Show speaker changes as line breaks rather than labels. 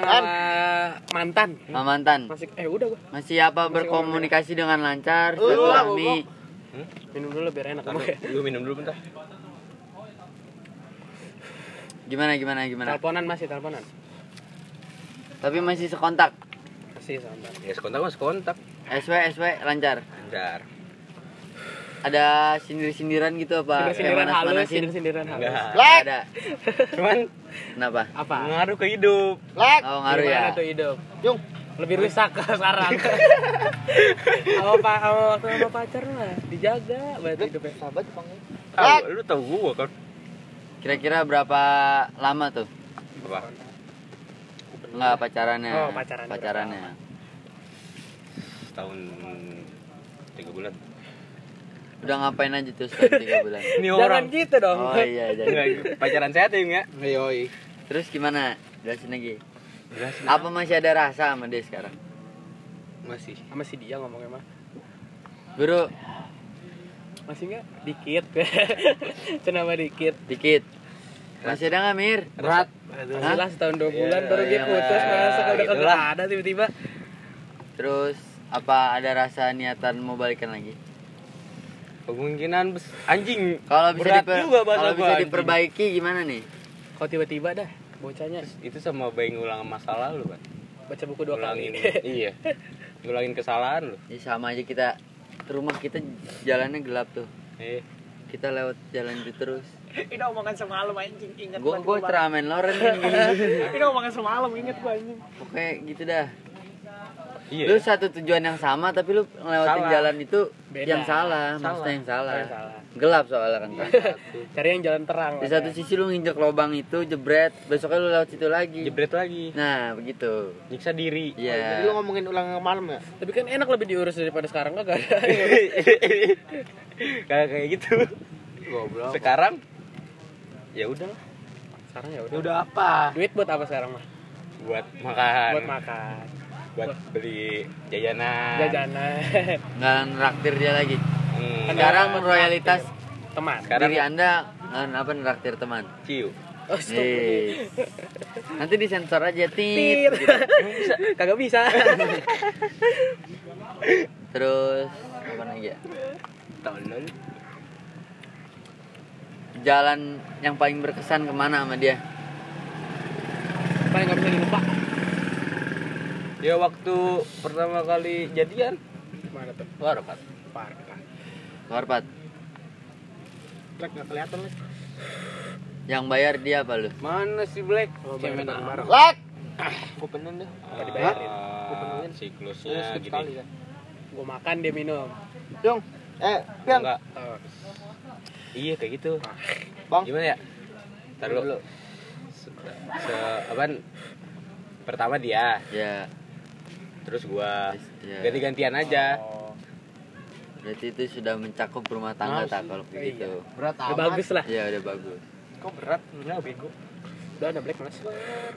sama Eh, mantan
Sama mantan.
masih eh udah gua
Masih apa berkomunikasi dengan lancar,
Lu,
silaturahmi.
minum dulu biar enak
Aduh,
oke
lu minum dulu bentar.
Gimana gimana gimana?
teleponan masih teleponan
Tapi masih sekontak.
masih sama
Ya sekontak mas kontak.
SW SW lancar.
Bentar.
Ada sindir-sindiran gitu apa?
sindiran
Kayak
halus
manas-manasin?
sindir sindiran halus
Enggak.
Nggak Ada.
Cuman
Kenapa?
apa
ngaruh ke hidup.
Lek,
Oh, ngaruh ya.
Gimana tuh hidup
Yung.
lebih rusak sekarang sama pak sama waktu sama pacar mah dijaga banget hidupnya
sahabat dipanggil.
Tahu, lu tahu gua kan.
Kira-kira berapa lama tuh?
Apa?
Enggak pacarannya.
Oh, pacarannya
Pacarannya.
Setahun tiga bulan.
Udah ngapain aja tuh setelah 3 bulan?
Ini
jangan
orang.
gitu dong
Oh iya, jadi.
Enggak, pacaran sehat ya, enggak?
Yoi.
Terus gimana? Jelasin lagi.
Jelasin.
Apa masih ada rasa sama dia sekarang?
Masih.
sama si dia ngomongnya mah
Bro,
masih nggak dikit kenapa dikit
dikit. Masih ada nggak Mir?
Berat.
Hah?
Masih lah setahun dua bulan baru dia
iya,
putus
iya,
masa udah
gitu
kagak
lah.
ada tiba-tiba
Terus apa ada rasa niatan mau balikan lagi?
Kemungkinan bes- anjing.
Kalau bisa
Berat
diper-
juga bahasa
kalau
gua,
bisa
anjing.
diperbaiki gimana nih?
kok tiba-tiba dah bocahnya
Itu sama bayi ngulang masa lalu, kan.
baca buku dua
Ngulangin.
kali
iya. Ngulangin kesalahan lu.
Ya sama aja kita rumah kita jalannya gelap tuh.
Eh,
Kita lewat jalan itu terus.
Ini omongan semalam anjing inget
Gue
banget
gue
gua.
teramen Loren nih.
Ini omongan semalam inget gua anjing.
Pokoknya gitu dah.
iya.
Lu satu tujuan yang sama tapi lu ngelewatin
Salah.
jalan itu
Beda.
yang salah,
Salah. Iya.
maksudnya yang salah.
Yang salah.
Gelap soalnya kan.
cari yang jalan terang
Di
lah,
satu
kan.
sisi lu nginjek lubang itu jebret, besoknya lu lewat situ lagi.
Jebret Oh, lagi.
Nah, begitu.
Nyiksa diri.
Iya.
Jadi lu ngomongin ulang malam ya?
tapi kan enak lebih diurus daripada sekarang kagak
kayak kayak gitu
Goblok.
sekarang ya udah lah.
sekarang ya
ya
udah
udah apa
duit buat apa sekarang mah
buat makan
buat makan
buat beli jajanan
jajanan
Nggak ngeraktir dia lagi.
Hmm,
Sekarang
Nggak.
royalitas
teman
Sekarang-
diri Anda ngan apa ngeraktir teman.
ciu
oh, stop.
Yes. Nanti disensor aja tit.
Tit. Bisa. kagak bisa
Terus apa lagi ya?
tolol
Jalan yang paling berkesan kemana sama dia?
paling nggak bisa dilupa
ya waktu pertama kali jadian
mana tuh
warapat
parah
Korpat.
Lek nggak kelihatan lek.
Yang bayar dia apa lu?
mana si black cemen
Bareng.
amat
Lek. Gue penuh dah.
apa
dibayarin?
dibayarin
Terus
Iya, Ah, siklusnya
sekali
gini
kan.
gue makan dia minum
Yung. Eh, Piang.
enggak
Oh,
iya kayak gitu
Bang.
gimana ya Ntar
Dulu.
dulu se, se apaan? pertama dia
Ya,
terus
Ah.
gua
Terus dia.
kan-
ganti-gantian aja
oh.
berarti itu sudah mencakup rumah tangga tak kalau begitu. Iya,
Berat
Udah
amat.
bagus Iya. lah
Ya udah bagus.
kok berat enggak Oh, bego
udah ada black mas